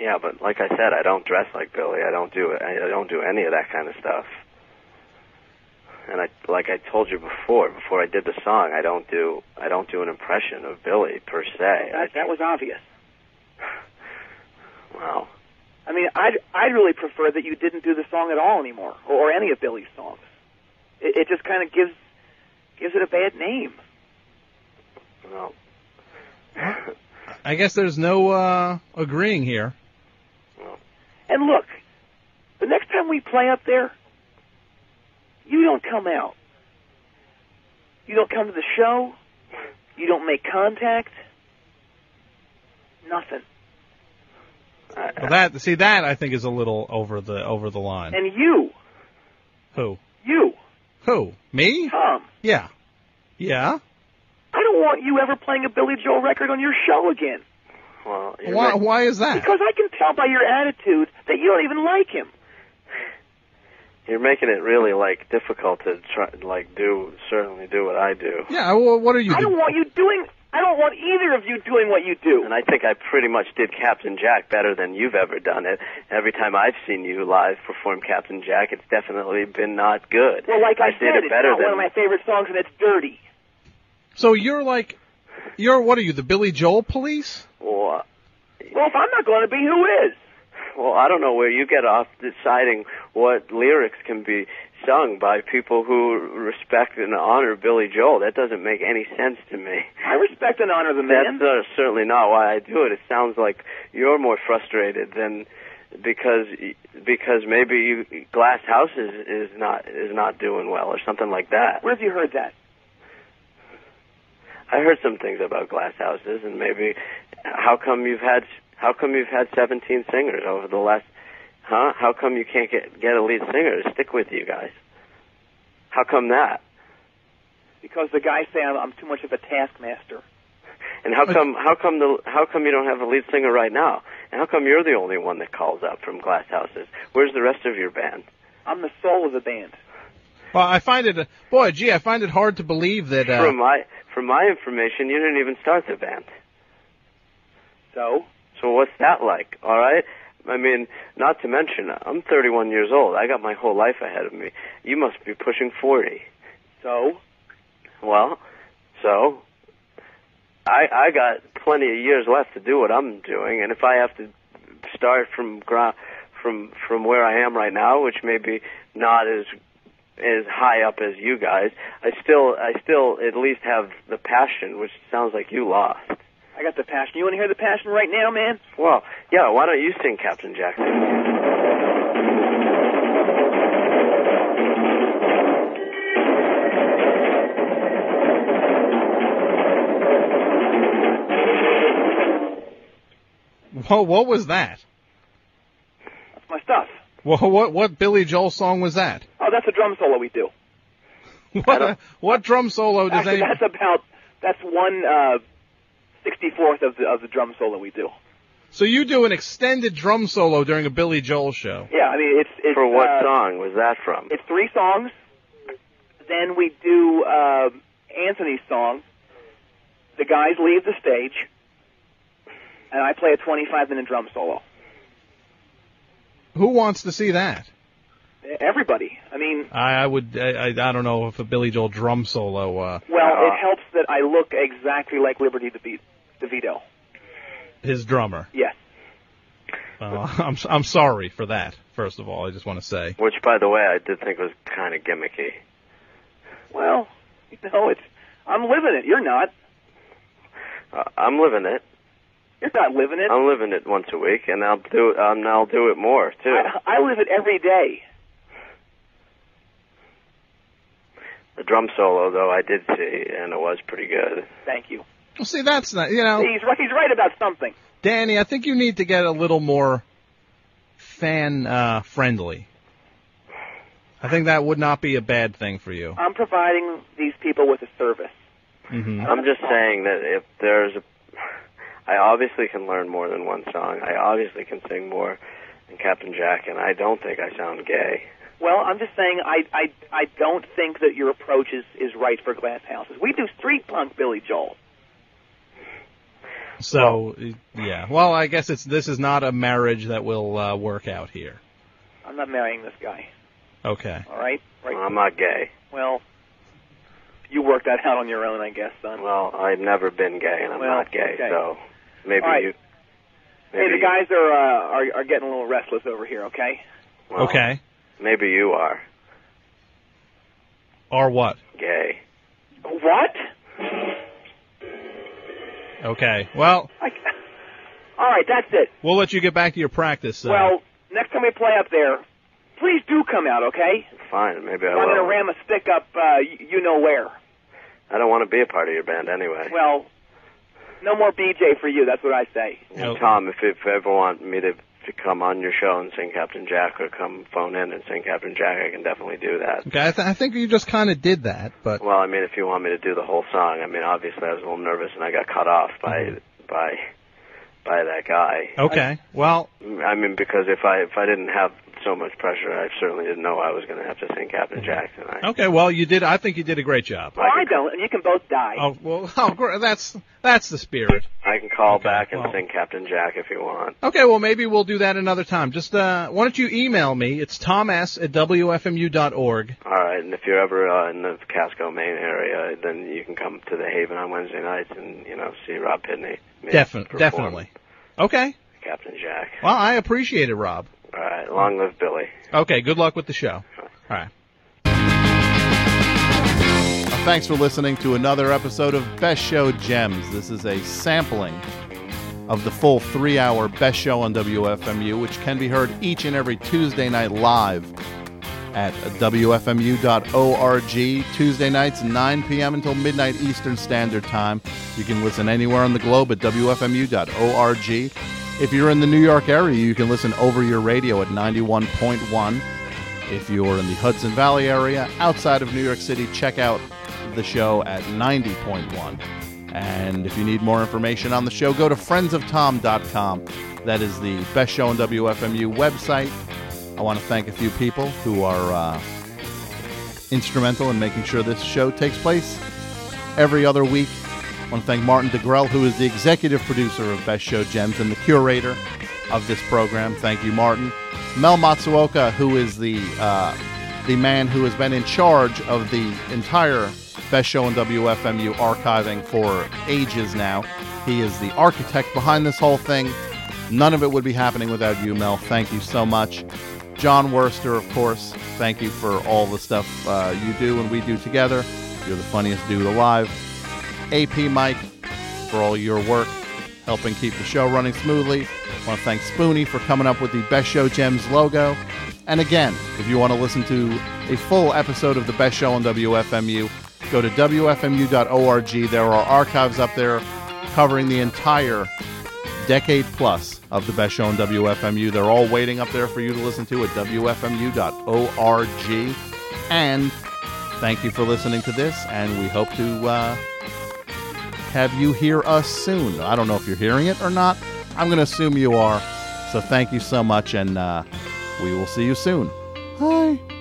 D: Yeah, but like I said, I don't dress like Billy. I don't do it. I I don't do any of that kind of stuff. And I, like I told you before, before I did the song, I don't do, I don't do an impression of Billy per se. I,
C: That, that was obvious.
D: wow.
C: I mean, I'd I'd really prefer that you didn't do the song at all anymore, or, or any of Billy's songs. It, it just kind of gives gives it a bad name.
D: Well,
B: I guess there's no uh, agreeing here.
C: And look, the next time we play up there, you don't come out. You don't come to the show. You don't make contact. Nothing.
D: I,
B: Well, that see that I think is a little over the over the line.
C: And you,
B: Who?
C: you,
B: Who? Me?
C: Tom,
B: Yeah. Yeah.
C: I don't want you ever playing a Billy Joel record on your show again.
D: well, you're
B: Why?
D: right.
B: Why is that?
C: Because I can tell by your attitude that you don't even like him.
D: You're making it really like difficult to try, like do certainly do what I do.
B: Yeah. Well, what are you?
C: I don't
B: doing?
C: want you doing. I don't want either of you doing what you do.
D: And I think I pretty much did Captain Jack better than you've ever done it. Every time I've seen you live perform Captain Jack, it's definitely been not good.
C: Well, like I,
D: did
C: said,
D: it better
C: it's not one
D: than
C: of my favorite songs, and it's dirty.
B: So you're like, you're what are you? The Billy Joel police?
D: well,
C: Well, if I'm not going to be, who is?
D: well, I don't know where you get off deciding what lyrics can be sung by people who respect and honor Billy Joel. That doesn't make any sense to me.
C: I respect and honor the man.
D: That's uh, certainly not why I do it. It sounds like you're more frustrated than because because maybe you, Glass House is, is not is not doing well or something like that.
C: Where have you heard that?
D: I heard some things about Glass Houses and maybe how come you've had how come you've had 17 singers over the last huh? How come you can't get get a lead singer to stick with you guys? How come that?
C: Because the guys say I'm, I'm too much of a taskmaster.
D: And how
B: Okay.
D: come how come the how come you don't have a lead singer right now? And how come you're the only one that calls up from Glass Houses? Where's the rest of your band?
C: I'm the soul of the band.
B: Well, I find it, boy, gee, I find it hard to believe that. Uh,
D: From my from my information, you didn't even start the band.
C: So
D: So what's that like? All right. I mean, not to mention, I'm 31 years old. I got my whole life ahead of me. You must be pushing 40.
C: so
D: Well, so I I got plenty of years left to do what I'm doing, and if I have to start from ground from from where I am right now, which may be not as as high up as you guys, I still I still at least have the passion, which sounds like you lost.
C: I got the passion. You want to hear the passion right now, man?
D: Well, yeah. Why don't you sing Captain Jackson?
B: whoa, what was that?
C: That's my stuff.
B: Whoa, what what Billy Joel song was that?
C: Oh, that's a drum solo we do.
B: What, uh, what drum solo does
C: Actually,
B: any?
C: that's about that's one uh, sixty fourth of the of the drum solo we do.
B: So you do an extended drum solo during a Billy Joel show.
C: Yeah, I mean it's it's
D: For what
C: uh,
D: song was that from?
C: It's three songs. Then we do uh, Anthony's song. The guys leave the stage, and I play a 25 minute drum solo.
B: Who wants to see that?
C: Everybody. I mean,
B: I, I would. I, I I don't know if a Billy Joel drum solo. Uh,
C: well,
D: Uh,
C: it helps that I look exactly like Liberty DeVito. DeVito.
B: his drummer.
C: Yes.
B: Uh, I'm I'm sorry for that. First of all, I just want to say.
D: Which, by the way, I did think was kind of gimmicky.
C: Well, you know, it's I'm living it. You're not.
D: Uh, I'm living it.
C: You're not living it.
D: I'm living it once a week, and I'll do it. Um, I'll do it more too.
C: I, I live it every day.
D: The drum solo, though, I did see, and it was pretty good.
C: Thank you.
B: Well, see, that's not. You know.
C: See, He's right, he's right about something.
B: Danny, I think you need to get a little more fan uh, friendly. I think that would not be a bad thing for you.
C: I'm providing these people with a service.
B: hmm
D: I'm just saying that if there's a, I obviously can learn more than one song. I obviously can sing more than Captain Jack, and I don't think I sound gay.
C: Well, I'm just saying I I I don't think that your approach is is right for glass houses. We do street punk, Billy Joel.
B: So yeah. Well, I guess it's this is not a marriage that will uh, work out here.
C: I'm not marrying this guy.
B: Okay.
C: All right, right.
D: I'm not gay.
C: Well, you work that out on your own, I guess, son.
D: Well, I've never been gay, and I'm
C: Well,
D: not gay,
C: okay.
D: so maybe
C: All right.
D: you. Maybe
C: Hey, the
D: you-
C: guys are uh, are are getting a little restless over here. Okay.
D: well,
B: okay.
D: Maybe you are
B: Or what?
D: gay.
C: What?
B: Okay. Well,
C: I, all right, that's it.
B: we'll let you get back to your practice. Uh,
C: Well, next time we play up there, please do come out, okay?
D: Fine, maybe I
C: I'm
D: will.
C: gonna ram a stick up, uh, y- you know where.
D: I don't want to be a part of your band anyway.
C: Well, no more BJ for you. That's what I say.
D: And
B: Okay.
D: Tom, if you if you ever want me to to come on your show and sing Captain Jack, or come phone in and sing Captain Jack, I can definitely do that.
B: okay. I, th- I think you just kind of did that, but
D: Well, I mean, if you want me to do the whole song, I mean, obviously I was a little nervous and I got cut off by by by that guy.
B: okay. well,
D: I mean, because if I if I didn't have so much pressure, I certainly didn't know I was going to have to sing Captain Jack tonight.
B: okay. Well, you did. I think you did a great job.
C: Well, I don't, and you can both die.
B: Oh well. Oh, gr- that's that's the spirit.
D: I can call
B: Okay,
D: back and
B: well-
D: sing Captain Jack if you want.
B: Okay, well, maybe we'll do that another time. Just uh, why don't you email me? It's tomas at wfmu.org.
D: All right, and if you're ever uh, in the Casco, Maine area, then you can come to the Haven on Wednesday nights and you know see Rob Pitney. me
B: Defin-
D: perform
B: definitely. Okay.
D: Captain Jack.
B: Well, I appreciate it, Rob.
D: All right, long live Billy.
B: Okay. Good luck with the show. All right.
A: Thanks for listening to another episode of Best Show Gems. This is a sampling of the full three hour Best Show on WFMU, which can be heard each and every Tuesday night live at WFMU.org. Tuesday nights, 9 p.m. until midnight Eastern Standard Time. You can listen anywhere on the globe at WFMU.org. If you're in the New York area, you can listen over your radio at 91.1. If you're in the Hudson Valley area outside of New York City, check out the show at 90.1. And if you need more information on the show, go to friendsoftom.com. That is the best show on WFMU website. I want to thank a few people who are uh, instrumental in making sure this show takes place every other week. I want to thank Martin DeGrell, who is the executive producer of Best Show Gems and the curator of this program. Thank you, Martin. Mel Matsuoka, who is the uh, the man who has been in charge of the entire Best Show and WFMU archiving for ages now. He is the architect behind this whole thing. None of it would be happening without you, Mel. Thank you so much. John Worster, of course. Thank you for all the stuff uh, you do and we do together. You're the funniest dude alive. AP Mike for all your work helping keep the show running smoothly. I want to thank Spoonie for coming up with the Best Show Gems logo. And again, if you want to listen to a full episode of the Best Show on WFMU, go to WFMU.org. There are archives up there covering the entire decade plus of the best show on WFMU. They're all waiting up there for you to listen to at WFMU.org. And thank you for listening to this, and we hope to uh, have you hear us soon. I don't know if you're hearing it or not. I'm going to assume you are. So thank you so much, and uh, we will see you soon. Bye.